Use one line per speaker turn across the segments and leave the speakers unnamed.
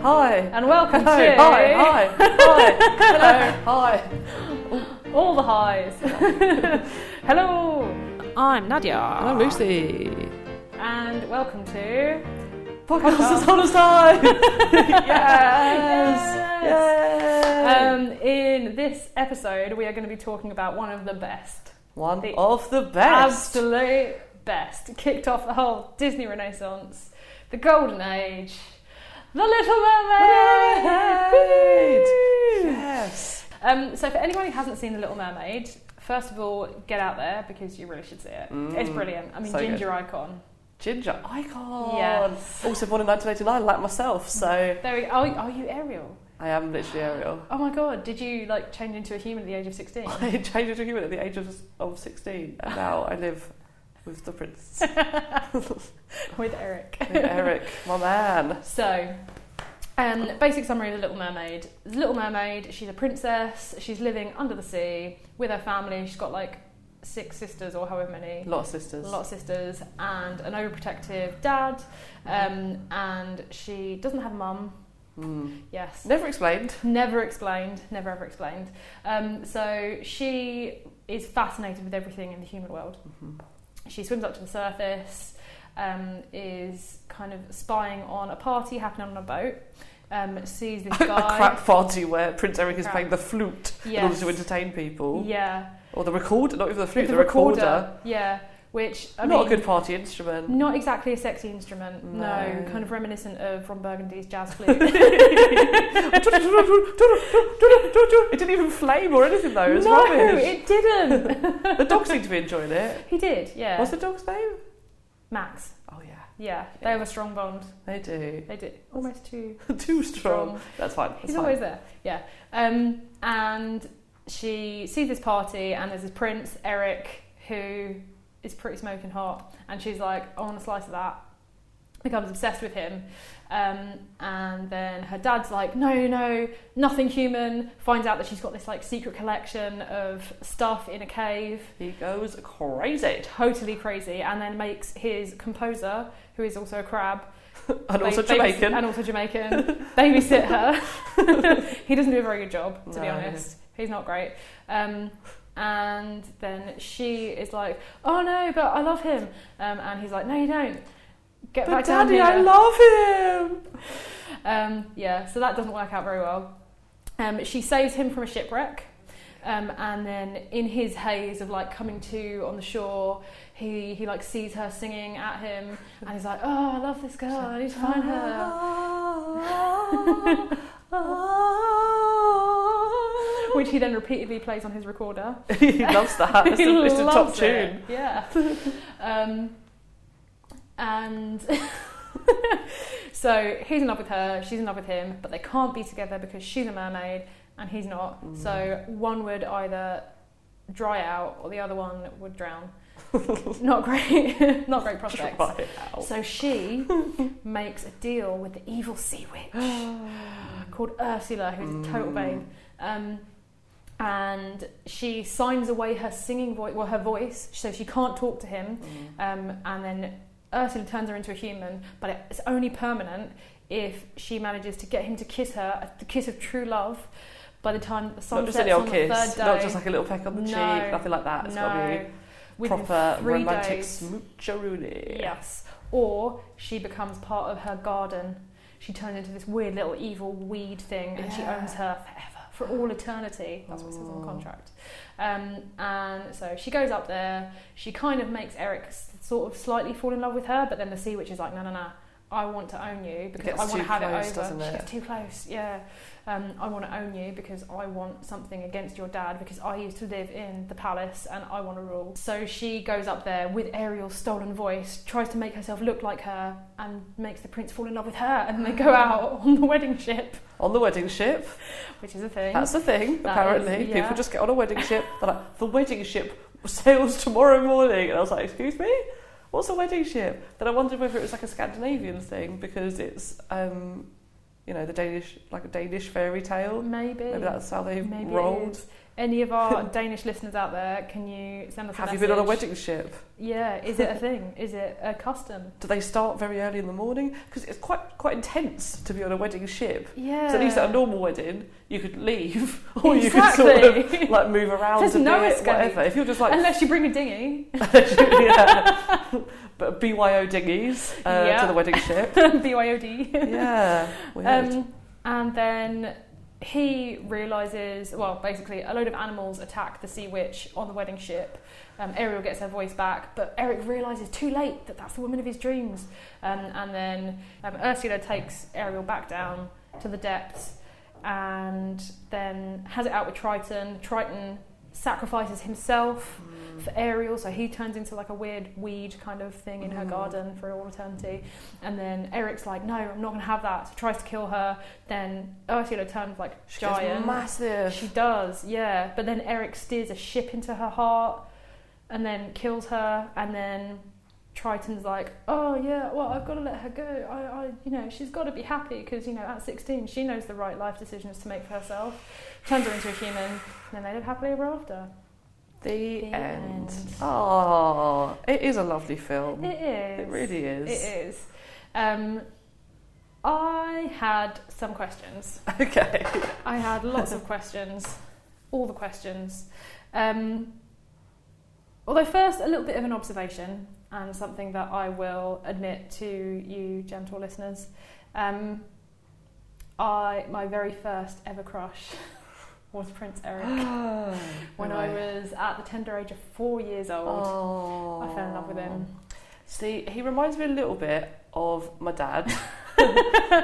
Oh. and welcome
Hello,
to
hi, hi, hi,
Hello.
hi.
all the highs. Hello, I'm Nadia.
I'm Lucy.
And welcome to
Podcast is on a side. yes. Yay.
Um, in this episode, we are going to be talking about one of the best,
One
the
of the best.
absolute best. Kicked off the whole Disney Renaissance, the Golden Age, the Little Mermaid.
Mermaid.
Woo!
Yes.
Um, so, for anyone who hasn't seen The Little Mermaid, first of all, get out there because you really should see it. It's
Mm,
brilliant. I mean,
so good.
Ginger Icon.
Ginger icon.
Yes.
Also born in 1989, like myself, so
There we, are, are you Ariel?
I am literally Ariel.
Oh my god, did you like change into a human at the age of 16?
I changed into a human at the age of, of 16, and now I live with the prince,
With Eric.
with Eric, my man.
So, um, basic summary of The Little Mermaid. The Little Mermaid, she's a princess, she's living under the sea with her family. She's got like six sisters or however many.
A lot of sisters.
A lot of sisters and an overprotective dad, um, and she doesn't have a mum.
Mm.
Yes,
Never explained.
never explained, never ever explained. Um, so she is fascinated with everything in the human world.
Mhm.
She swims up to the surface, um, is kind of spying on a party happening on a boat, um, sees this guy.
A crap party where Prince Eric is
Crap.
playing the flute in order
Yes.
to entertain people.
Yeah.
Or the recorder, not even the flute,
It's
the,
a
recorder.
Yeah, which I
not
mean,
a good party instrument.
Not exactly a sexy instrument, no.
No.
Kind of reminiscent of Ron Burgundy's jazz flute.
it didn't even flame or anything though, it was
no,
rubbish.
it didn't.
The dog seemed to be enjoying it.
he did, yeah.
What's the dog's name?
Max.
Oh yeah,
Yeah, they have a strong bond.
they do.
They do almost too
Too strong.
strong.
That's fine. That's
He's
fine.
always there. Yeah, um, and she sees this party, and there's this prince Eric who is pretty smoking hot, and she's like, "I want a slice of that." Becomes obsessed with him, um, and then her dad's like, "No, no, nothing human." Finds out that she's got this like secret collection of stuff in a cave
He goes crazy.
totally crazy and then makes his composer who is also a crab
And also
babys-
Jamaican.
and also Jamaican babysit her he doesn't do a very good job to be
No.
honest he's not great um, and then she is like oh no but I love him um, and he's like no you don't get
But
back
daddy,
down
I
here
love him.
um, yeah so that doesn't work out very well um, she saves him from a shipwreck um, and then in his haze of like coming to on the shore he, he like sees her singing at him and he's like oh i love this girl i need to find her which he then repeatedly plays on his recorder
he loves that. It's
He
the, it's the top
loves it.
tune.
Yeah. um, and so he's in love with her, she's in love with him, but they can't be together because she's a mermaid and he's not.
Mm.
So one would either dry out or the other one would drown. not great. not great prospects.
Try it out.
So she makes a deal with the evil sea witch called Ursula, who's a total
Mm.
babe. Um, and she signs away her singing voice, well, her voice, so she can't talk to him. Um, and then Ursula turns her into a human, but it's only permanent if she manages to get him to kiss her, the kiss of true love, by the time the sun
Not just
sets
any
on
old
the
kiss,
third day.
not just like a little peck on the
No.
cheek, nothing like that. It's
no,
got to be
within
proper
three
romantic
days.
smoocheroonie.
Yes. Or she becomes part of her garden. She turns into this weird little evil weed thing and she
Yeah.
owns her forever, for all eternity. That's what it says on the
Ooh.
contract. Um, and so she goes up there. She kind of makes Eric s- sort of slightly fall in love with her, but then the sea witch is like, no, no, no. I want to own you because
gets
I want
too
to have
close,
it over.
doesn't
She
it?
gets too close, yeah. Um, I want to own you because I want something against your dad because I used to live in the palace and I want to rule. So she goes up there with Ariel's stolen voice, tries to make herself look like her, and makes the prince fall in love with her, and they go out on the wedding ship,
On the wedding ship,
which is a thing.
that's the thing,
That
apparently.
is- yeah.
People just get on a wedding ship, they're like, the wedding ship sails tomorrow morning. And I was like, excuse me? What's a wedding ship? Then I wondered whether it was like a Scandinavian thing because it's, um, you know, the Danish, like a Danish fairy tale.
maybe.
Maybe that's how they
Maybe it
rolled.
is. any of our Danish listeners out there, can you send us a
Have you
message?
been on a wedding ship?
Yeah, is it a thing? Is it a custom?
Do they start very early in the morning? Because it's quite quite intense to be on a wedding ship.
Yeah.
So at least at a normal wedding, you could leave or you could sort
Exactly.
of like move around.
There's
a
no
bit,
escape.
Whatever. If you're just like
Unless you bring a dinghy,
yeah, but BYO dinghies uh,
Yeah.
to the wedding ship.
BYOD.
Yeah, weird.
Um, and then he realizes, well, basically, a load of animals attack the sea witch on the wedding ship. Um, Ariel gets her voice back, but Eric realizes too late that that's the woman of his dreams. Um, and then um, Ursula takes Ariel back down to the depths and then has it out with Triton. Triton sacrifices himself for Ariel, so he turns into like a weird weed kind of thing in her
Mm.
garden for all eternity. And then Eric's like, "No, I'm not gonna have that." So tries to kill her. Then Ursula turns like
She gets
giant.
massive.
She does, yeah. But then Eric steers a ship into her heart and then kills her. And then Triton's like, oh, yeah, well, I've got to let her go. I, I you know, she's got to be happy because, you know, at 16, she knows the right life decisions to make for herself. Turns her into a human, and then they live happily ever after.
The,
The
end.
end.
Oh, it is a lovely film.
It is.
Mm. It really is.
It is. Um, I had some questions.
Okay.
I had lots of questions, all the questions. Um, although, first, a little bit of an observation and something that I will admit to you, gentle listeners. Um, I my very first ever crush was Prince Eric when I was at the tender age of four years old.
Oh.
I fell in love with him.
See, he reminds me a little bit of my dad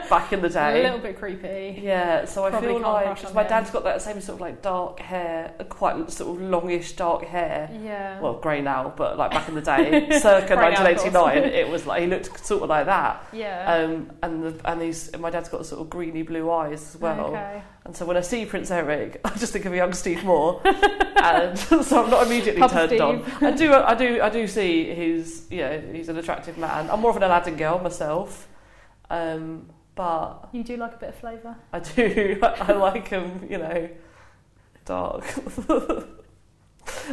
back in the
A
day.
little bit creepy.
Yeah, so I
Probably
feel
can't
like
crush
cause
on
my
him.
dad's got that same sort of like dark hair, quite sort of longish dark hair.
Yeah.
Well, grey now, but like back in the day, circa
Grey now, of course.
1989, it was like he looked sort of like that.
yeah.
Um, and the, and he's my dad's got sort of greeny blue eyes as oh, well.
Okay.
And so when I see Prince Eric, I just think of young Steve Moore, and so I'm not immediately
Papa
turned on. I do, I do, I do see he's you know he's an attractive man. I'm more of an Aladdin girl myself, um, but
You do like a bit of flavour.
I do. I like them, you know, dark.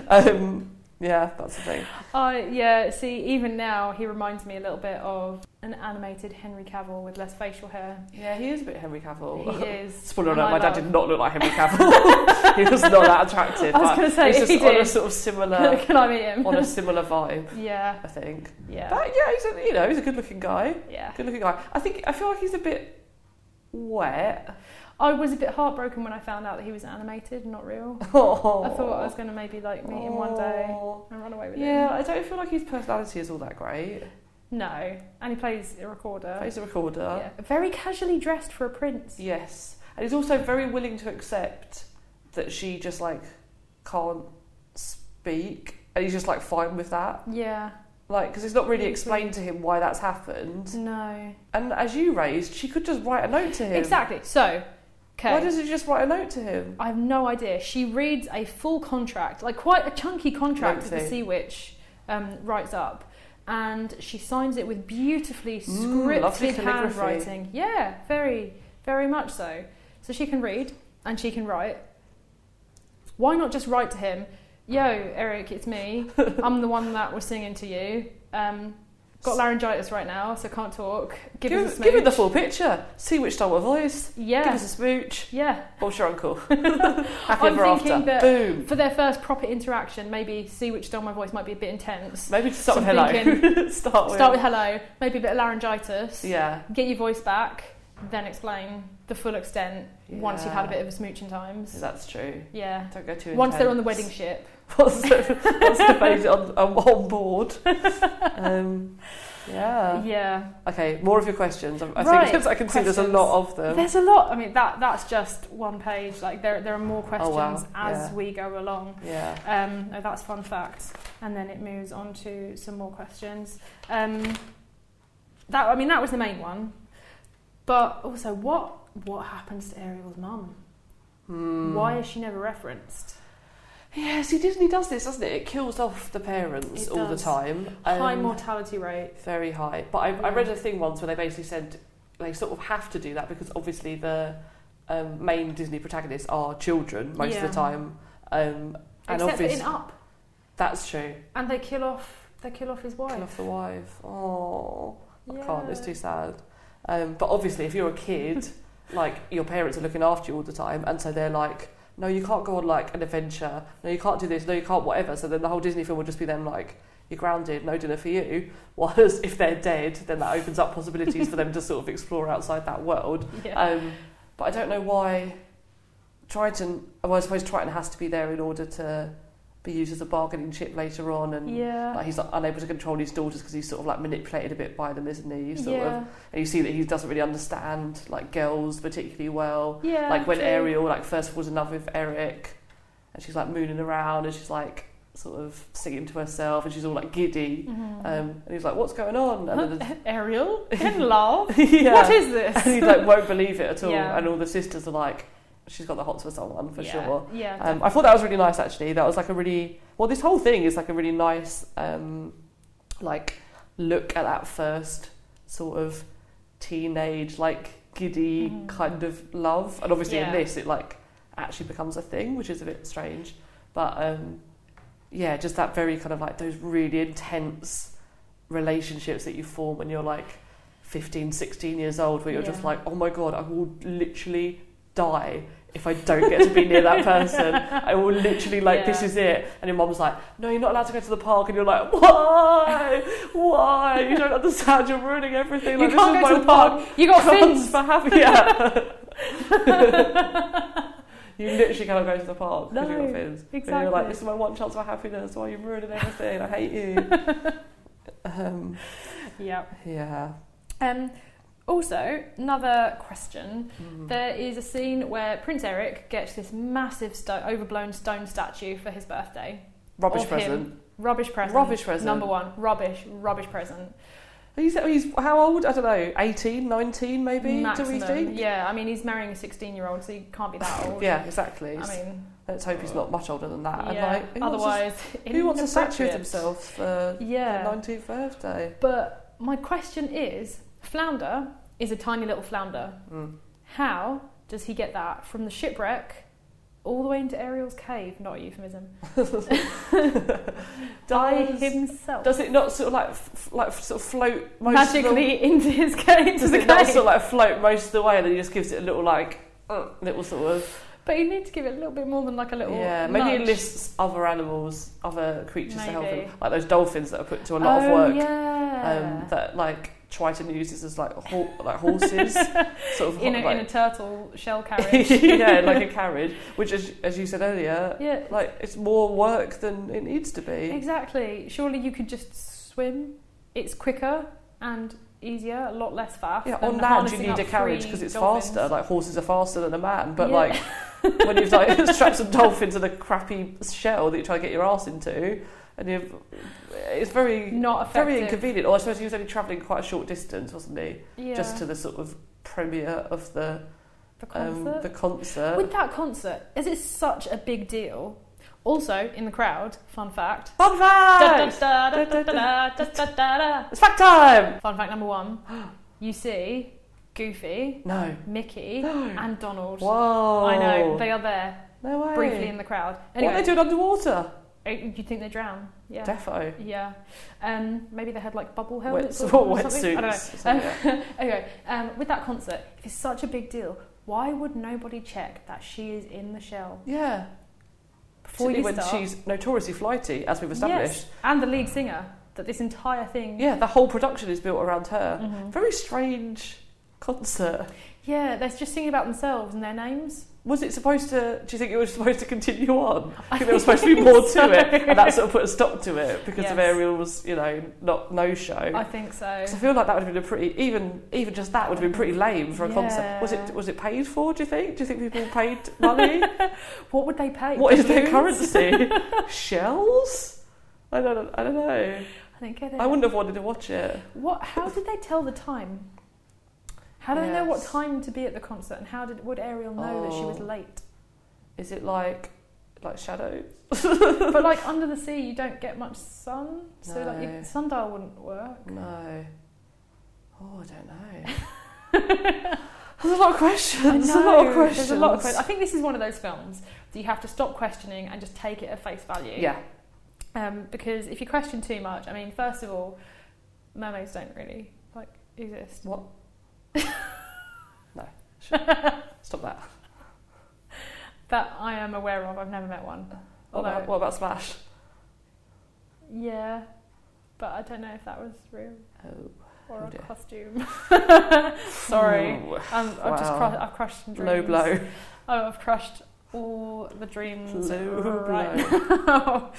um, yeah, that's the thing.
I yeah, see, even now he reminds me a little bit of an animated Henry Cavill with less facial hair.
Yeah, he is a bit Henry Cavill.
He is.
Oh. Spoiler
and
alert,
I
my dad
love-
did not look like Henry Cavill. he was not that attractive.
I was
but
gonna say,
he's
if
just uh,
he
on a
did.
sort of similar,
Can I meet him?
on a similar vibe,
yeah,
I think.
yeah,
But yeah, he's a, you know he's a good-looking guy.
yeah.
Good-looking guy. I think I feel like he's a bit wet.
I was a bit heartbroken when I found out that he was animated, not real.
Oh.
I thought I was going to maybe like meet him one day and run away with
Yeah,
him.
I don't feel like his personality is all that great.
No, and he plays a recorder.
Plays a recorder.
yeah. Very casually dressed for a prince.
Yes, and he's also very willing to accept that she just like can't speak, and he's just like fine with that.
Yeah.
Like, because it's not really
Really
explained to him why that's happened.
No.
And as you raised, she could just write a note to him.
Exactly. So, okay.
Why doesn't she just write a note to him?
I have no idea. She reads a full contract, like quite a chunky contract that the
Lengthy.
Sea Witch um, writes up, and she signs it with beautifully
Mm, lovely
scripted
calligraphy.
handwriting. Yeah, very, very much so. So she can read and she can write. Why not just write to him? Yo, Eric, it's me. I'm the one that was singing to you. Um, got laryngitis right now, so can't talk. Give,
give,
us a
give it the
smooch."
full picture. See which style of voice. Give
Yeah,
us a smooch.
yeah.
What's your uncle? Happy
I'm
ever
thinking
after.
that-
Boom.
For their first proper interaction, maybe see which style my voice might be a bit intense.
Maybe to start
So
with
I'm
hello. start with.
Start with hello, maybe a bit of laryngitis.
Yeah.
Get your voice back, then explain the full extent once you've had a
Yeah.
bit of a smooch in times.
That's true.
Yeah.
Don't go too.
Once they're on the
intense.
wedding ship.
What's the, what's the baby on, on, on board? Um, yeah.
yeah.
Okay, more of your questions. I, I
Right,
think I can see there's a
questions.
lot of them.
There's a lot. I mean, that that's just one page. Like there, there are more questions
Oh, wow.
as
Yeah.
we go along.
yeah.
Um, no, that's fun facts. And then it moves on to some more questions. Um, that I mean, that was the main one. But also, what what happens to Ariel's mum?
Hmm.
Why is she never referenced?
Yeah, see, Disney does this, doesn't it? It kills off the parents
It
all
does.
the time.
High
Um,
mortality rate.
Very high. But I, I
Yeah.
read a thing once where they basically said they sort of have to do that because obviously the um, main Disney protagonists are children most
Yeah.
of the time. Um, and
Except for in
obviously,
Up,
that's true.
and they kill off they kill off his wife.
Kill off the wife. Oh, I can't. It's
Yeah.
too sad. Um, but obviously, if you're a kid, like your parents are looking after you all the time, and so they're like, "No, you can't go on like an adventure. No, you can't do this. No, you can't whatever." So then the whole Disney film will just be them like, "You're grounded. No dinner for you." Whereas if they're dead, then that opens up possibilities for them to sort of explore outside that world.
Yeah.
Um, but I don't know why Triton. Well, I suppose Triton has to be there in order to be used as a bargaining chip later on, and
yeah.
Um, like he's like, unable to control his daughters because he's sort of like manipulated a bit by them, isn't he? Sort
yeah.
of, and you see that he doesn't really understand like girls particularly well.
yeah.
like when
true.
Ariel like first falls in love with Eric, and she's like mooning around and she's like sort of singing to herself and she's all like giddy,
Mhm.
um, and he's like, "What's going on?" And then
Ariel in love.
there's- yeah.
What is this?
and he like won't believe it at all,
Yeah.
and all the sisters are like, "She's got the hots for someone for
yeah.
sure."
Yeah.
Um, I thought that was really nice actually. That was like a really well. This whole thing is like a really nice um, like look at that first sort of teenage like giddy
Mhm.
kind of love, and obviously in
Yeah.
this it like actually becomes a thing, which is a bit strange. But um, yeah, just that very kind of like those really intense relationships that you form when you're like 15, 16 years old, where you're just
Yeah.
like, oh my god, I will literally die if I don't get to be near that person. I will literally like, this
Yeah.
is it. And your mum's like, no, you're not allowed to go to the park. And you're like, why? Why? You don't understand. You're ruining everything. Like,
you can't
this
go
is
to the
my
park. You got
one
fins.
chance for happy. Yeah. you literally cannot go to the park because
No,
you've got fins. And
exactly.
You're like, this is my one chance for happiness. Why are you ruining everything? I hate you. um,
Yeah.
yeah.
Um, also, another question. There is a scene where Prince Eric gets this massive sto- overblown stone statue for his birthday.
Rubbish
of
present.
him. Rubbish present.
Rubbish present.
Number one. Rubbish. Rubbish present.
He's, he's how old? I don't know. 18, 19 maybe?
Maximum.
Do we think?
Yeah. I mean, he's marrying a 16-year-old, so he can't be that old.
Yeah, exactly.
I mean,
Let's hope he's not much older than that. And,
yeah.
like, who wants a-
otherwise,
who wants a statue of
inappropriate.
themselves for
Yeah.
their 19th birthday?
But my question is, Flounder is a tiny little flounder.
Mm.
How does he get that from the shipwreck all the way into Ariel's cave? Not a euphemism. By
Does-
himself.
Does it not sort of like f- f- like sort of float most Of the,
magically into his cave. To
does
the
it not
cave.
sort of like float most of the way and then he just gives it a little like uh, little sort of
but you need to give it a little bit more than like a little.
yeah maybe it
nudge.
lists other animals other creatures to help
Maybe.
him like those dolphins that are put to a lot of
Oh,
work
Yeah.
um, that like Triton uses as like hor- like horses sort of
in, a,
like,
in a turtle shell carriage.
yeah like a carriage which as, as you said earlier
yeah.
like it's more work than it needs to be.
Exactly. Surely you could just swim. It's quicker and easier, a lot less fast.
Yeah,
than
on land you
harnessing
need a
up
carriage
three
because it's
dolphins.
faster. Like horses are faster than a man, but
Yeah.
like when you've like strapped some dolphins in a crappy shell that you try to get your ass into, and you've it's very
Not
very
effective.
inconvenient. Or I suppose he was only travelling quite a short distance, wasn't he?
Yeah.
Just to the sort of premiere of the
the
um,
concert.
the concert.
With that concert, is it such a big deal? Also, in the crowd, fun fact.
Fun fact!
Fun
It's fact time.
fact number one you see Goofy,
No.
Mickey, and Donald.
Whoa.
I know, they are there
no way.
briefly in the crowd.
What are
Anyway,
they doing underwater?
do you think they drown? Yeah.
Defo.
Yeah. Um, maybe they had like bubble
Wet,
helmets or,
what,
or something. I don't know.
wetsuits.
Um, anyway, um, with that concert, if it's such a big deal, why would nobody check that she is in the shell
Yeah.
before
Particularly
you
when
start?
she's notoriously flighty, as we've established.
Yes, and the lead singer. That this entire thing.
Yeah, the whole production is built around her.
Mhm.
Very strange concert.
Yeah, they're just singing about themselves and their names.
Was it supposed to? Do you think it was supposed to continue on? I think there was
think
supposed to be more
so.
to it, and that sort of put a stop to it because of
Yes.
Ariel's, you know, not no show.
I think so.
'Cause I feel like that would have been a pretty even even just that would have been pretty lame for a concert. Was
Yeah.
it was it paid for? Do you think? Do you think people paid money?
What would they pay?
what is their
Balloons?
currency? Shells? I don't I don't know.
I don't get it.
I wouldn't have wanted to watch it.
What? How did they tell the time? How do they know what
Yes.
time to be at the concert? And how did would Ariel know that she was
Oh.
late?
Is it like like shadows?
But like under the sea, you don't get much sun, so like
No.
your sundial wouldn't work.
No. Oh, I don't know. There's a lot of
I
questions.
know,
a lot of questions.
There's a lot of questions. I think this is one of those films that you have to stop questioning and just take it at face value.
Yeah.
Um, because if you question too much, I mean, first of all, mermaids don't really like exist.
What? No. Stop that.
that I am aware of. I've never met one.
What
Although,
about, Oh, what about Smash?
yeah, but I don't know if that was real
Oh.
or
Oh
a
dear.
costume. Sorry,
Ooh.
um, I've just
Wow.
cru- I've crushed some dreams.
Low blow.
Oh, I've crushed all the dreams
Low
right now.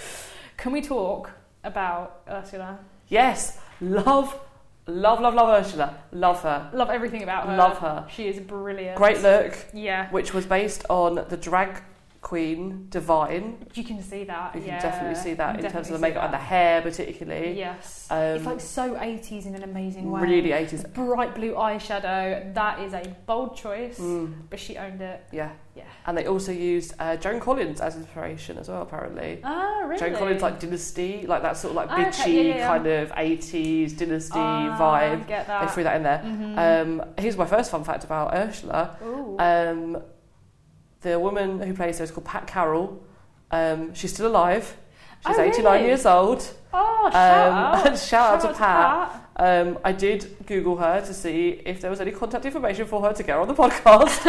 Can we talk about Ursula?
Yes. Love, love, love, love Ursula. Love her.
Love everything about her.
Love her.
She is brilliant.
Great look,
Yeah,
which was based on the drag queen Divine.
you can see that.
You
yeah.
can definitely see that in
Definitely
terms of the
see
makeup and the
that.
hair, particularly.
Yes.
Um,
it's like so 80s in an amazing way.
Really 80s.
Bright blue eyeshadow. That is a bold choice,
Mm,
but she owned it.
yeah.
Yeah.
And they also used uh, Joan Collins as inspiration as well, apparently.
Oh, really?
Joan Collins, like Dynasty, like that sort of like
Oh, okay,
bitchy
yeah, yeah.
kind of 80s Dynasty
Ah,
vibe.
Get
They
that.
threw that in there.
Mhm.
Um, here's my first fun fact about Ursula.
Ooh.
Um, the woman who plays her is called Pat Carroll. Um, she's still alive. She's
Oh,
89
really?
years old.
oh,
um,
shout out.
shout out to Pat. Um, I did Google her to see if there was any contact information for her to get her on the podcast.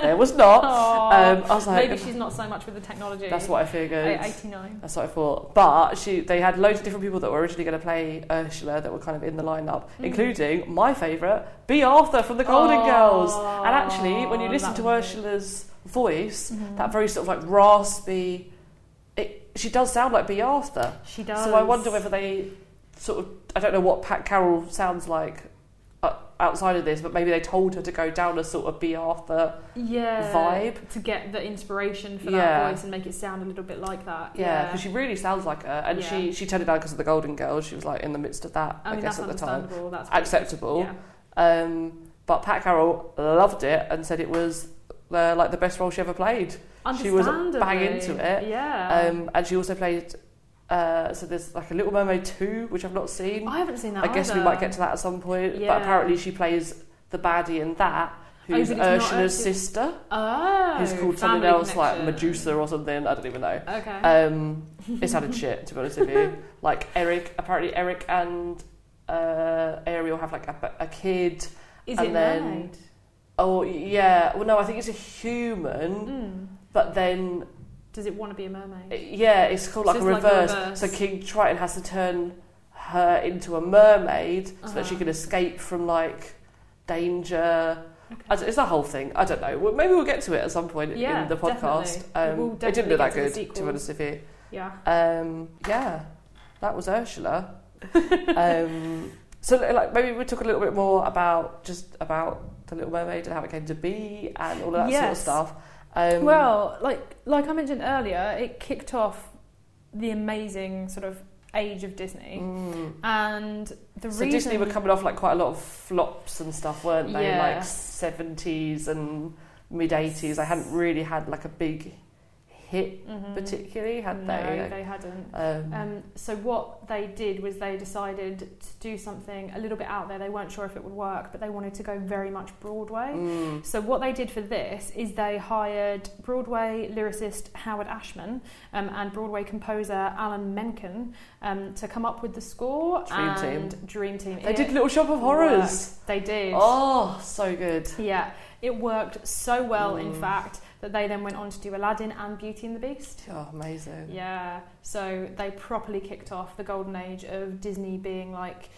there was not.
Aw.
Um, I was like,
Maybe she's not so much with the technology.
that's what I
A-
figured.
89.
That's what I thought. But she, they had loads of different people that were originally going to play Ursula that were kind of in the lineup,
Mm.
including my favourite, B. Arthur from The Golden Girls.
Aw,
And actually, when you
that
listen to
was it.
Ursula's voice,
Mhm.
that very sort of like raspy. It, she does sound like B. Arthur.
she does.
So I wonder whether they sort of. I don't know what Pat Carroll sounds like uh, outside of this, but maybe they told her to go down a sort of B. Arthur.
yeah,
vibe.
to get the inspiration for
Yeah.
that voice and make it sound a little bit like that.
Yeah, because she really sounds like her. And she,
Yeah.
she turned it down because of the Golden Girls. She was like in the midst of that,
I
I,
mean
guess,
that's
at the time.
understandable. That's
Acceptable.
Yeah.
Um, but Pat Carroll loved it and said it was uh, like the best role she ever played. She was
Understandably.
bang into it.
Yeah.
Um, and she also played. Uh, so there's like a Little Mermaid 2, which I've not seen.
I haven't seen that.
I guess we
either.
might get to that at some point.
Yeah. Oh,
But apparently, she plays the baddie in that, who's
but it's not
Ursula's
Ursula-
sister,
Oh,
who's called something
family
else like
connection.
Medusa or something. I don't even know.
Okay.
Um, it sounded shit, to be honest with you. Like Eric, apparently Eric and uh, Ariel have like a, a kid.
Is
and
it
then-
mermaid?
Oh yeah, well no, I think it's a human.
Mm.
But then
Does it want to be a mermaid?
yeah, it's called
So
like,
it's
a,
like a
reverse.
reverse.
So King Triton has to turn her into a mermaid so that she
Uh-huh.
can escape from like danger.
Okay.
I d- It's a whole thing. I don't know. Well, maybe we'll get to it at some point
Yeah,
in the podcast.
definitely.
Um,
We'll
it didn't
definitely
look
get
that
to the
good, to be
sequel.
honest with you.
yeah.
Um, yeah, that was Ursula. um, so, li- like, maybe we talk a little bit more about just about the Little Mermaid and how it came to be and all of that sort of
Yes.
stuff. Um,
well, like like I mentioned earlier, it kicked off the amazing sort of age of Disney,
mm.
and the
so
reason
Disney were coming off like quite a lot of flops and stuff, weren't they?
Yeah.
Like seventies and mid eighties. They hadn't really had like a big hit,
Mhm.
particularly, had
No,
they?
they hadn't.
Um,
Um, so what they did was they decided to do something a little bit out there. They weren't sure if it would work, but they wanted to go very much Broadway.
mm.
So what they did for this is they hired Broadway lyricist Howard Ashman um, and Broadway composer Alan Menken um, to come up with the score
Dream
and Dream Team.
They
It
did Little Shop of Horrors.
worked. They did.
Oh, so good.
Yeah, it worked so well, in
Mm.
fact, that they then went on to do Aladdin and Beauty and the Beast.
Oh, amazing.
Yeah, so they properly kicked off the golden age of Disney being like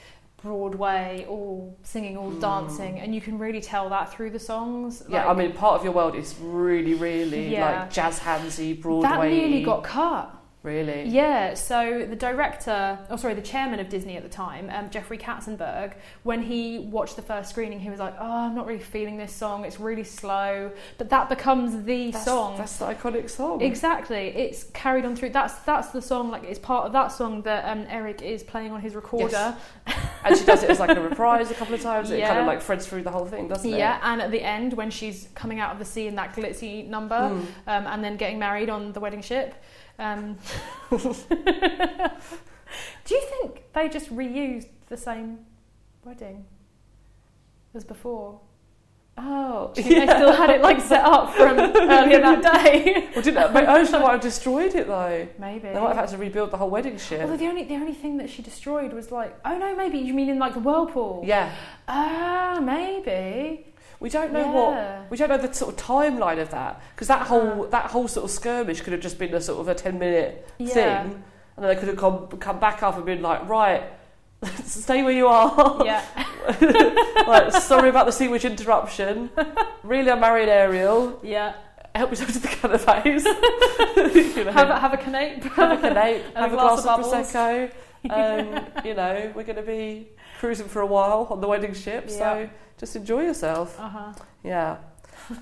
Broadway, all singing, all
Mm.
dancing, and you can really tell that through the songs.
Yeah, I
like,
mean, part of your world is really, really
Yeah.
like jazz handsy, Broadway.
that nearly got cut.
really.
Yeah, so the director, oh sorry, the chairman of Disney at the time, um, Jeffrey Katzenberg, when he watched the first screening, he was like, "Oh, I'm not really feeling this song. It's really slow." But that becomes the
That's-
song.
That's the iconic song.
Exactly. It's carried on through. That's that's the song. Like it's part of that song that um, Eric is playing on his recorder.
and she does it as like a reprise a couple of times. It kind
Yeah.
of like threads through the whole thing, doesn't it?
Yeah, and at the end when she's coming out of the sea in that glitzy number, um,
Mm.
and then getting married on the wedding ship. Um, do you think they just reused the same wedding as before? Oh, she, they still had it like set up from earlier that day.
Well, didn't but Ocean might have destroyed it though.
Maybe.
They might have had to rebuild the whole wedding ship.
Although the only the only thing that she destroyed was like oh no maybe you mean in like the whirlpool
yeah,
ah maybe
we don't know what
yeah. Uh.
we don't know the sort of timeline of that because that whole that whole sort of skirmish could have just been a sort of a ten minute
yeah.
thing, and then they could have come come back up and been like, right, stay where you are.
yeah
like, sorry about the sewage interruption. Really, I'm marrying Ariel.
yeah
Help yourself to the canapes. you know,
have a, have a canape
have a canape,
and a
have a
glass
glass,
of bubbles.
of, prosecco. Um, you know, we're going to be cruising for a while on the wedding ship,
Yeah.
so just enjoy yourself.
uh huh
Yeah.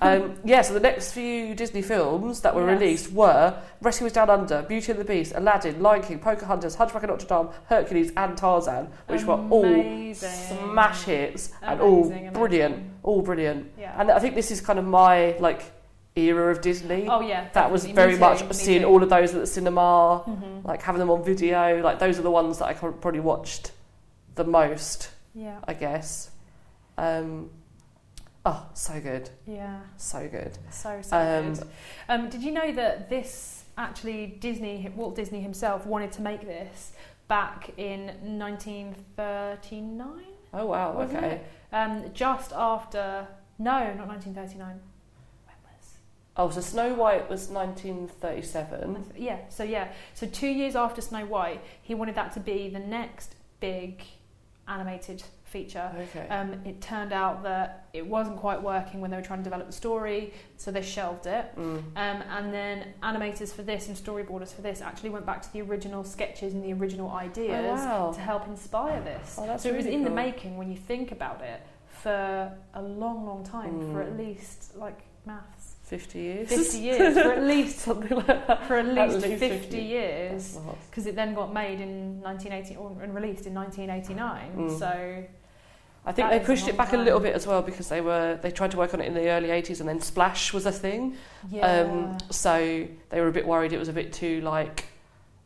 Um, yeah, so the next few Disney films that were
Yes.
released were Rescuers Down Under, Beauty and the Beast, Aladdin, Lion King, Pocahontas, Hunchback of Notre Dame, Hercules, and Tarzan, which were all
Amazing.
smash hits and
Amazing,
all brilliant.
amazing.
All brilliant.
yeah
And I think this is kind of my like era of Disney.
oh yeah
that was
definitely. Me
very
too, me
much seeing
too.
all of those at the cinema
Mhm.
like having them on video like those are the ones that i co- probably watched the most
yeah
i guess um oh so good
yeah
so good
So so
Um,
good. Um, did you know that this actually Disney Walt Disney himself wanted to make this back in 1939?
oh wow
Wasn't
okay
it? Um, just after no, not 1939. When was?
oh so snow white was 1937
Yeah, so yeah, so two years after Snow White, he wanted that to be the next big animated feature.
okay
Um, it turned out that it wasn't quite working when they were trying to develop the story, so they shelved it.
Mm.
Um, and then animators for this and storyboarders for this actually went back to the original sketches and the original ideas
Oh, wow.
to help inspire this.
Oh, that's
so it was
really
in the
cool.
making when you think about it for a long, long time, for
Mm.
at least like maths,
50 years
50 years, for at least
something like that
for at
At
least,
least
50,
50.
years.
That's
Because it then got made in 1980 or and released in 1989.
Mm.
So
I think
That
they
is a
pushed
long
it back a little
time.
bit as well because they were they tried to work on it in the early 80s and then Splash was a thing.
yeah,
Um, so they were a bit worried it was a bit too like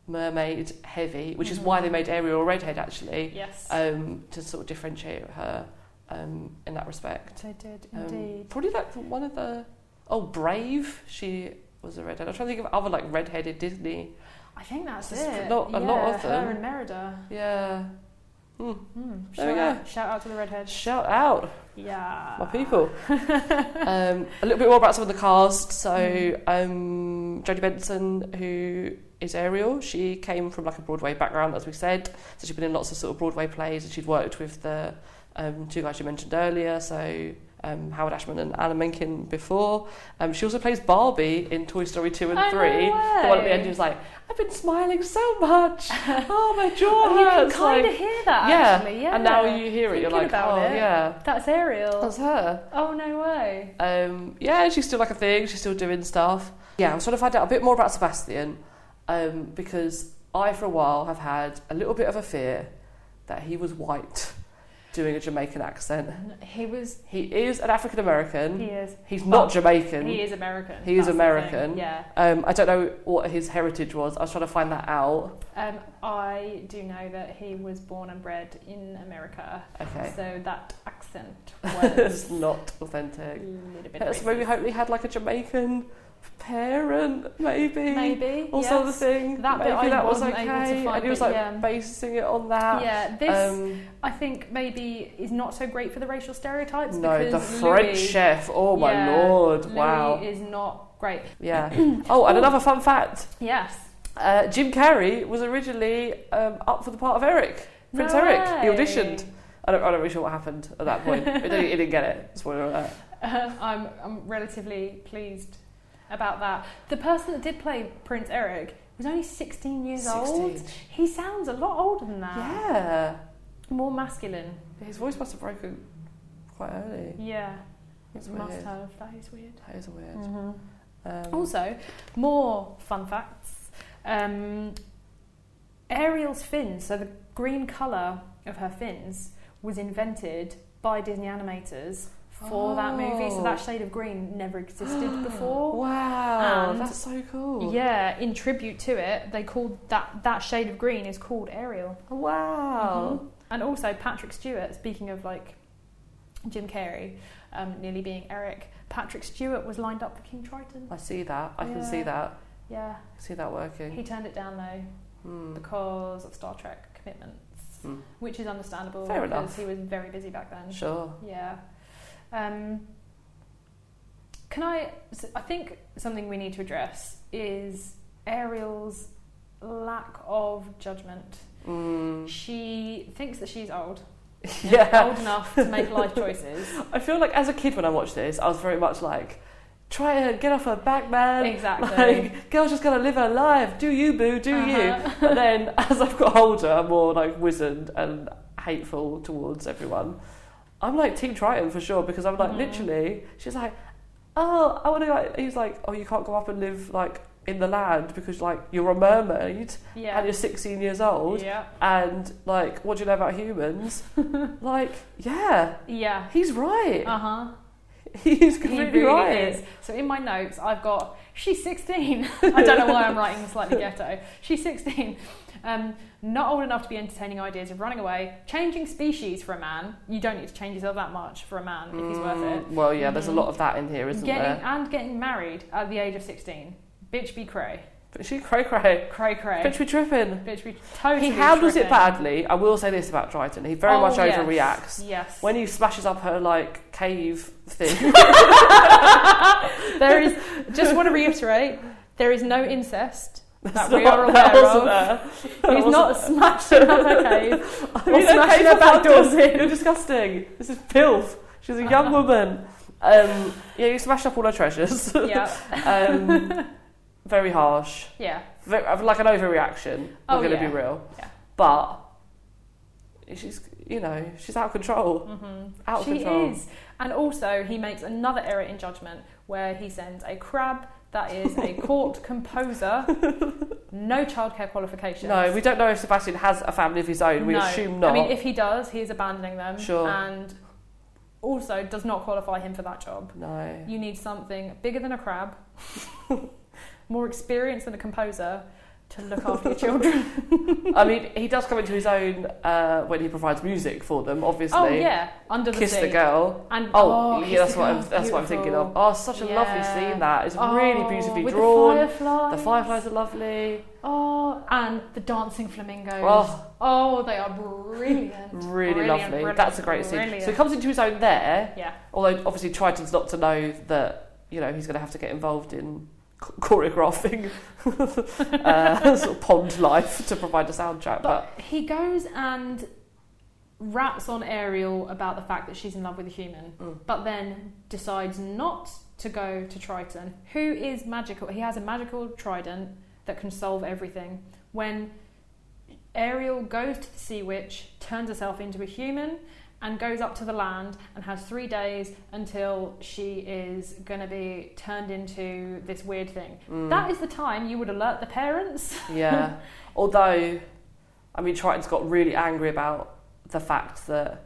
mermaid heavy, which is why they
Mhm.
made Ariel a redhead actually
yes,
um, to sort of differentiate her um, in that respect.
they did
Um,
indeed.
probably like one of the oh Brave she was a redhead. I'm trying to think of other like redheaded Disney.
I think that's
there's
it.
not a lot
Yeah,
of
her
them.
and Merida.
Yeah. Hmm.
Mm,
There we
shout,
go.
out, shout out to the redhead.
Shout out.
Yeah.
my people. um, a little bit more about some of the cast. So
Mm.
um, Jodie Benson, who is Ariel, she came from like a Broadway background, as we said. So she'd been in lots of sort of Broadway plays, and she'd worked with the um, two guys you mentioned earlier. So. Um, Howard Ashman and Anna Menken before. Um, she also plays Barbie in Toy Story 2 and
Oh, no
3. The one at
way.
the end who's like, I've been smiling so much. Oh, my jaw
And you can
hurts.
kind
like,
of hear that
yeah.
actually. Yeah.
And now you hear it, you're
Thinking
like,
about
oh,
it.
yeah,
That's Ariel.
that's her.
Oh no way.
Um, yeah, she's still like a thing. She's still doing stuff. Yeah, I was trying to find out a bit more about Sebastian um, because I, for a while, have had a little bit of a fear that he was white doing a Jamaican accent.
He was.
He is an African
He
American.
is.
He's not
But
Jamaican.
He is American.
He is
That's the thing.
American.
Yeah.
Um, I don't know what his heritage was. I was trying to find that out.
Um, I do know that he was born and bred in America,
Okay,
so that accent
it's
was
not
a
authentic.
little bit.
So maybe
racist.
hopefully he had like a Jamaican parent, maybe.
Maybe.
Also,
yes.
the thing
That bit
maybe
I
that was
wasn't
okay,
able to find,
and he was
but
like
yeah.
basing it on that.
Yeah. This.
um,
I think maybe is not so great for the racial stereotypes.
no, the
because
French
Louis,
chef. Oh my
yeah,
lord!
Louis
Wow.
is not great.
Yeah. Oh, and
Ooh.
another fun fact:
Yes,
uh, Jim Carrey was originally um, up for the part of Eric, Prince
No
Eric. He
way.
auditioned. I don't, I'm not really sure what happened at that point. he didn't he didn't get it. Spoiler alert.
Uh, I'm I'm relatively pleased about that. The person that did play Prince Eric was only 16 years old.
16.
He sounds a lot older than that.
Yeah.
More masculine.
His voice must have broken quite early.
Yeah.
It's
must
weird.
have. That is weird.
That is weird.
Mm.
Um,
Also, more fun facts. Um, Ariel's fins, so the green colour of her fins, was invented by Disney animators for that movie. So
Oh.
that shade of green never existed before.
Wow,
And-
that's so cool.
Yeah, in tribute to it, they called that that shade of green is called Ariel.
Wow.
Mm-hmm. Mhm. And also Patrick Stewart. Speaking of like Jim Carrey, um, nearly being Eric. Patrick Stewart was lined up for King Triton.
I see that. I can see
Yeah.
that.
Yeah,
I see that working.
he turned it down though
Hmm.
because of Star Trek commitments,
Hmm.
which is understandable
Fair
because
enough.
he was very busy back then.
Sure.
Yeah. Um, can I? s- I think something we need to address is Ariel's lack of judgment.
Mm.
She thinks that she's old,
Yeah.
old enough to make life choices.
I feel like as a kid when I watched this, I was very much like, try and get off her back, man.
exactly.
Like, girl's just gonna live her life. Do you, boo? Do you?
Uh-huh.
But then, as I've got older, I'm more like wizened and hateful towards everyone. I'm like Team Triton for sure because I'm like
Mhm.
literally. She's like, oh, I want to. Like, he's like, oh, you can't go up and live like in the land because like you're a mermaid and
Yeah.
you're 16 years old
Yeah.
and like what do you know about humans? like, yeah,
Yeah.
he's right.
Uh huh.
he's
He
completely
really
right.
is. So in my notes, I've got she's 16. I don't know why I'm writing slightly ghetto. She's 16. Um, not old enough to be entertaining ideas of running away, changing species for a man. You don't need to change yourself that much for a man if he's worth
Mm, Well, yeah, there's a
Mhm.
lot of that in here, isn't
it. Getting
there?
and getting married at the age of 16. Bitch be cray.
But she cray cray.
Cray cray.
Bitch, we tripping.
Bitch be totally.
He handles it
tripping.
badly. I will say this about Triton. He very
Oh,
much
yes.
overreacts.
Yes.
When he smashes up her like cave thing,
there is. Just want to reiterate. There is no incest.
That's
That we
not-
are
that
aware of.
wasn't there. That
He's
wasn't
not
there.
smashing up her cave.
I mean,
or smashing
okay,
her
for
back
fuckness,
doors in.
You're disgusting. This is filth. She's a young woman. Um, yeah, you smashed up all her treasures.
Yeah.
um, very harsh.
Yeah.
Very, like an overreaction. We're
Oh,
going to
yeah.
be real.
Yeah.
But she's, you know, she's out of control.
Mhm.
Out of
she
control.
is. And also, he makes another error in judgment where he sends a crab that is a court composer, no childcare qualifications.
No, we don't know if Sebastian has a family of his own. We
No.
assume not.
I mean, if he does, he is abandoning them.
Sure.
And also does not qualify him for that job.
no.
You need something bigger than a crab, more experience than a composer to look after your children.
I mean, he does come into his own uh, when he provides music for them, obviously.
oh, yeah. Under the
Kiss
sea.
the girl.
And,
Oh,
Kiss
yeah, that's
the
what
Girl,
I'm, that's what I'm thinking
beautiful.
of. Oh, such a lovely
Yeah.
scene that it's
Oh,
really beautifully
with
drawn.
The fireflies.
The fireflies are lovely.
Oh, and the dancing flamingos.
Oh.
Oh, they are brilliant.
Really
Brilliant,
lovely.
brilliant,
That's a great scene.
brilliant.
So he comes into his own there,
yeah.
although obviously Triton's not to know that you know he's going to have to get involved in ch- choreographing uh, sort of pond life to provide a soundtrack. But,
But he goes and raps on Ariel about the fact that she's in love with a human,
Mm.
but then decides not to go to Triton, who is magical. He has a magical trident that can solve everything. When Ariel goes to the sea witch, turns herself into a human, and goes up to the land and has three days until she is going to be turned into this weird thing.
Mm,
That is the time you would alert the parents.
yeah. although, I mean, Triton's got really angry about the fact that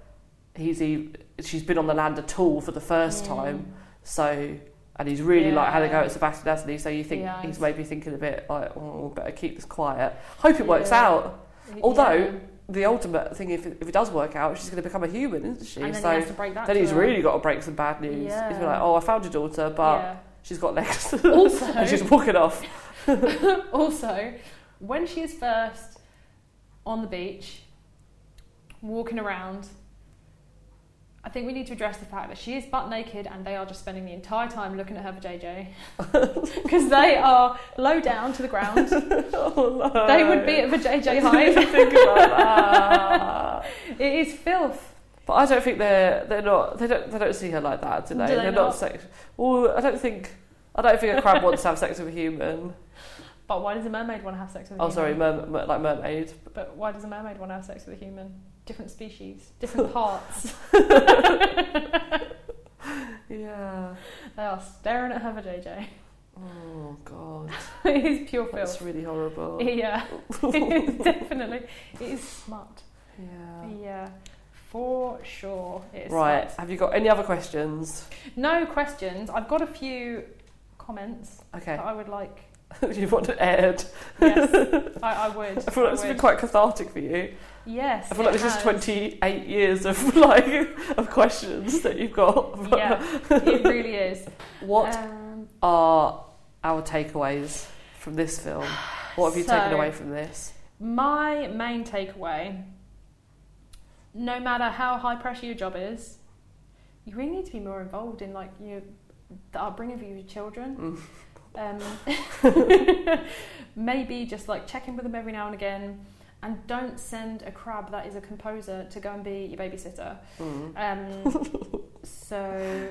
he's e- she's been on the land at all for the first
Mm.
time. So. And he's really like had a go
Yeah.
at Sebastian, hasn't he? So you think
Yeah.
he's maybe thinking a bit like, oh, better keep this quiet. Hope it works
Yeah.
out.
Mm.
Although, the ultimate thing, if, if it does work out, she's going to become a human, isn't she?
And then
so
he has to break that.
then
to
he's
her.
really got to break some bad news. He's been
Yeah.
like, oh, I found your daughter, but she's got legs.
Also-
and she's walking off.
Yeah. also, when she is first on the beach, walking around, I think we need to address the fact that she is butt naked and they are just spending the entire time looking at her for JJ because they are low down to the ground.
oh, no.
They would be at a JJ height.
think about that.
it is filth.
But I don't think they're they're not they don't they don't see her like that, do they?
Do they
are
not?
not sex. Well, I don't think I don't think a crab wants to have sex with a human.
But why does a mermaid want to have sex with? a
Oh,
human?
sorry, mer- mer- like mermaid.
But why does a mermaid want to have sex with a human? Different species, different parts.
Yeah.
they are staring at her for JJ.
Oh God,
it is pure
that's
filth.
really horrible.
Yeah, it is definitely. It is smut.
Yeah.
Yeah, for sure. It is
Right.
smut.
Have you got any other questions?
No questions. I've got a few comments
Okay.
that I would like
You've watched it aired.
Yes, I, I would.
I feel like
I
it's been
would.
quite cathartic for you.
Yes.
I feel like
it
this is
has.
28 years of like of questions that you've got.
Yeah, it really is.
What
Um,
are our takeaways from this film? What have you taken
So-
away from this?
my main takeaway no matter how high pressure your job is, you really need to be more involved in like your, the upbringing of your children.
Mm.
um, maybe just like check in with them every now and again and don't send a crab that is a composer to go and be your babysitter
Mm.
um, so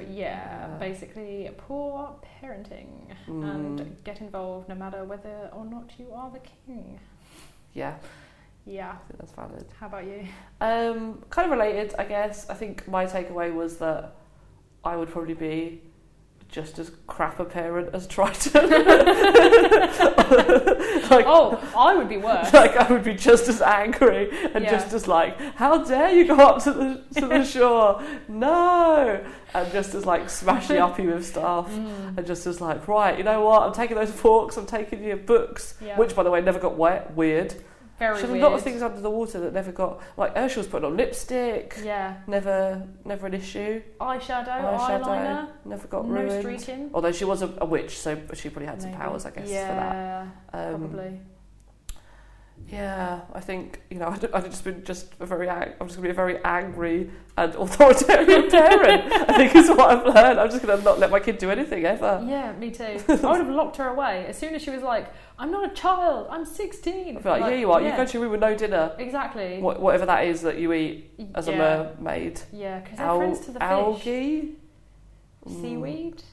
yeah,
Yeah.
basically poor parenting
Mm.
and get involved no matter whether or not you are the king
Yeah,
yeah
I think that's valid.
how about you
Um, kind of related, I guess. I think my takeaway was that I would probably be just as crap a parent as Triton. like,
oh i would be worse
like I would be just as angry and
Yeah.
just as like, how dare you go up to the to the shore? No, and just as like smashing up you with stuff.
Mm.
And just as like, right, you know what? I'm taking those forks. I'm taking your books,
Yeah.
which, by the way, never got wet. Weird.
very
Should
weird
a lot of things under the water that never got like Urshel was putting on lipstick.
yeah
Never, never an issue.
eyeshadow,
Eyeshadow,
eyeliner
never got
no
ruined.
streaking
Although she was a, a witch, so she probably had some
Maybe.
powers, I guess,
yeah
for that. Um,
probably
Yeah, I think you know I'd, I'd just been just a very ang- I'm just gonna be a very angry and authoritarian parent. I think is what I've learned. I'm just gonna not let my kid do anything ever.
Yeah, me too. I would have locked her away as soon as she was like, "I'm not a child. I'm 16."
I'd be like, yeah, you are. You go to your room with no dinner,
exactly.
Wha whatever that is that you eat as
yeah.
a mermaid.
Yeah, because they're
Al-
friends to the fish.
algae, Mm,
Seaweed.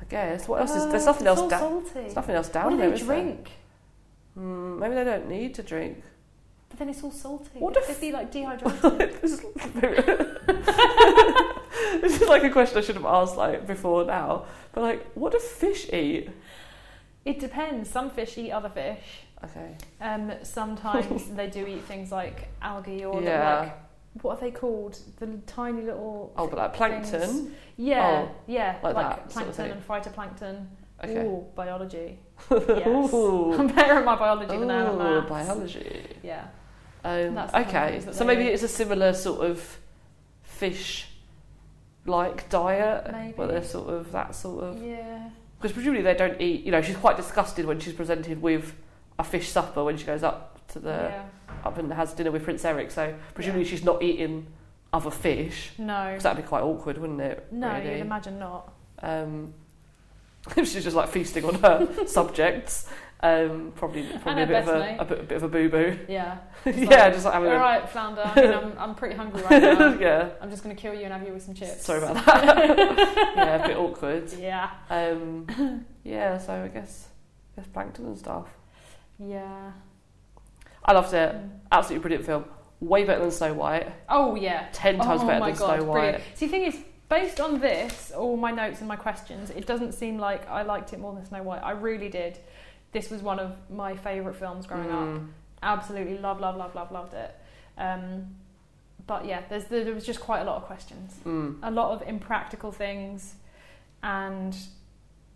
I guess. What else is
Uh,
there's nothing
it's
else
all
down.
salty.
There's nothing else
what
down
do
there.
they
is there?
drink?
Mm, maybe they don't need to drink.
But then it's all salty.
What
They'd be like dehydrated.
this is this is like a question I should have asked like before now. But like, what do fish eat?
it depends. Some fish eat other fish.
Okay.
Um, sometimes they do eat things like algae or the,
Yeah.
like what are they called? The tiny little.
Oh, but like
things.
plankton.
Yeah,
Oh,
yeah,
like
like,
that sort of
plankton and phytoplankton.
Okay.
Ooh, biology. Yes.
Ooh.
I'm better at my biology than I am
Ooh,
at maths.
biology.
Yeah.
Um,
That's the kind of
okay.
things that
So
they
maybe
eat.
it's a similar sort of fish-like diet,
Maybe.
where they're sort of that sort of
Yeah.
because presumably they don't eat. You know, she's quite disgusted when she's presented with a fish supper when she goes up to the
yeah.
up and has dinner with Prince Eric. So presumably she's not eating other fish.
No.
'Cause that'd be quite awkward, wouldn't it?
No, you'd
really?
imagine not.
um, she's just like feasting on her subjects. Um, probably probably
her
a bit of a,
best
a bit, a bit of a boo boo.
Yeah. It's
yeah,
like,
just like having
All
a
right, flounder. I mean, I'm, I'm pretty hungry right now.
yeah.
I'm just going to kill you and have you with some chips.
Sorry about that. yeah, a bit awkward.
Yeah.
Um, yeah, so I guess I guess plankton and stuff.
Yeah.
I loved it.
Mm.
Absolutely brilliant film. Way better than Snow White.
Oh yeah.
Ten times
oh
better
my
than
God,
Snow White.
brilliant. See, the thing is, based on this, all my notes and my questions, it doesn't seem like I liked it more than Snow White. I really did. This was one of my favourite films growing up.
Mm.
absolutely love love love love loved it um, but yeah there's there was just quite a lot of questions
Mm.
a lot of impractical things and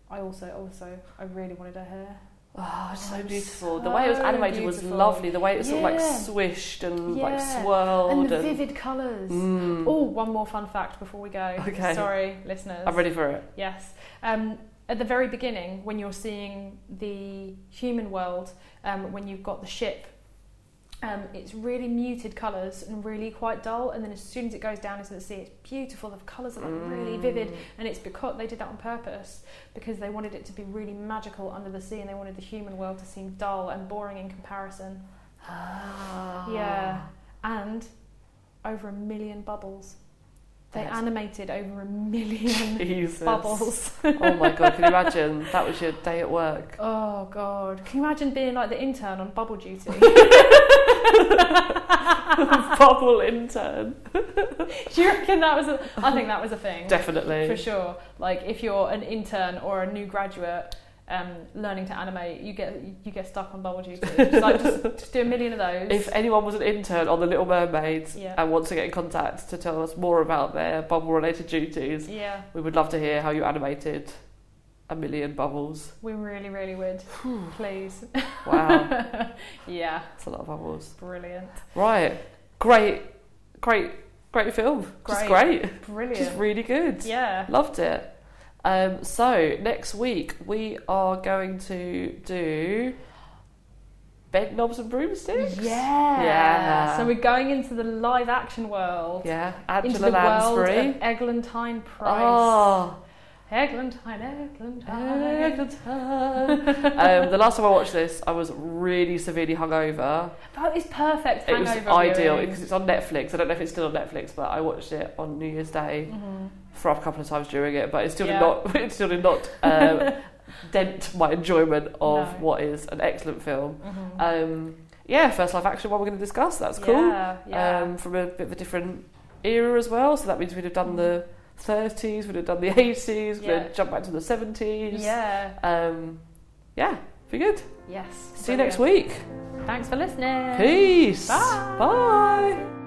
I also also I really wanted her hair
Oh, it's so
Oh,
beautiful. the way it was
so
animated was
beautiful.
lovely. The way it sort of like
Yeah.
swished and like
Yeah.
swirled.
and the vivid colours
Mm.
oh one more fun fact before we go
Okay.
sorry listeners
I'm ready for it.
yes um, at the very beginning when you're seeing the human world um, when you've got the ship um, it's really muted colours and really quite dull and then as soon as it goes down into the sea it's beautiful the colours are like really
Mm.
vivid and it's because they did that on purpose because they wanted it to be really magical under the sea and they wanted the human world to seem dull and boring in comparison
Ah.
yeah and over a million bubbles they
That's-
animated over a million
Jesus.
bubbles
oh my god, can you imagine? That was your day at work.
Oh god! Can you imagine being like the intern on Bubble Duty?
Bubble intern.
Do you reckon that was? A, I think that was a thing
Definitely.
for sure. Like if you're an intern or a new graduate um, learning to animate, you get you get stuck on Bubble Duty. Just, like just, just do a million of those.
If anyone was an intern on The Little Mermaids
Yeah.
and wants to get in contact to tell us more about their bubble related duties,
yeah,
we would love to hear how you animated a million bubbles.
We really, really would. Please.
Wow,
yeah.
that's a lot of bubbles.
Brilliant.
Right, great, great, great film. Just
Great.
great.
Brilliant.
Just really good.
yeah.
Loved it. Um, so next week we are going to do bed knobs and broomsticks.
Yeah.
Yeah.
So we're going into the live action world.
Yeah,
Into
Angela
the
Lansbury.
world of Eglantine Price.
Oh,
Eglantine, Eglantine.
um, the last time I watched this, I was really severely hungover.
That is perfect
It was
hangover
ideal
viewing.
because it's on Netflix. I don't know if it's still on Netflix, but I watched it on New Year's Day
Mhm.
for a couple of times during it. But it still
Yeah.
did not. It still did not um, dent my enjoyment of
No.
what is an excellent film.
Mhm.
Um, yeah, first live action. What we're going to discuss? That's cool.
Yeah, yeah.
Um, from a bit of a different era as well. So that means we'd have done the 30s, we'd have done the 80s,
Yeah.
we'd jump back to the 70s.
yeah.
Um, yeah, be good.
Yes.
See you next week.
Thanks for listening.
Peace.
Bye.
Bye.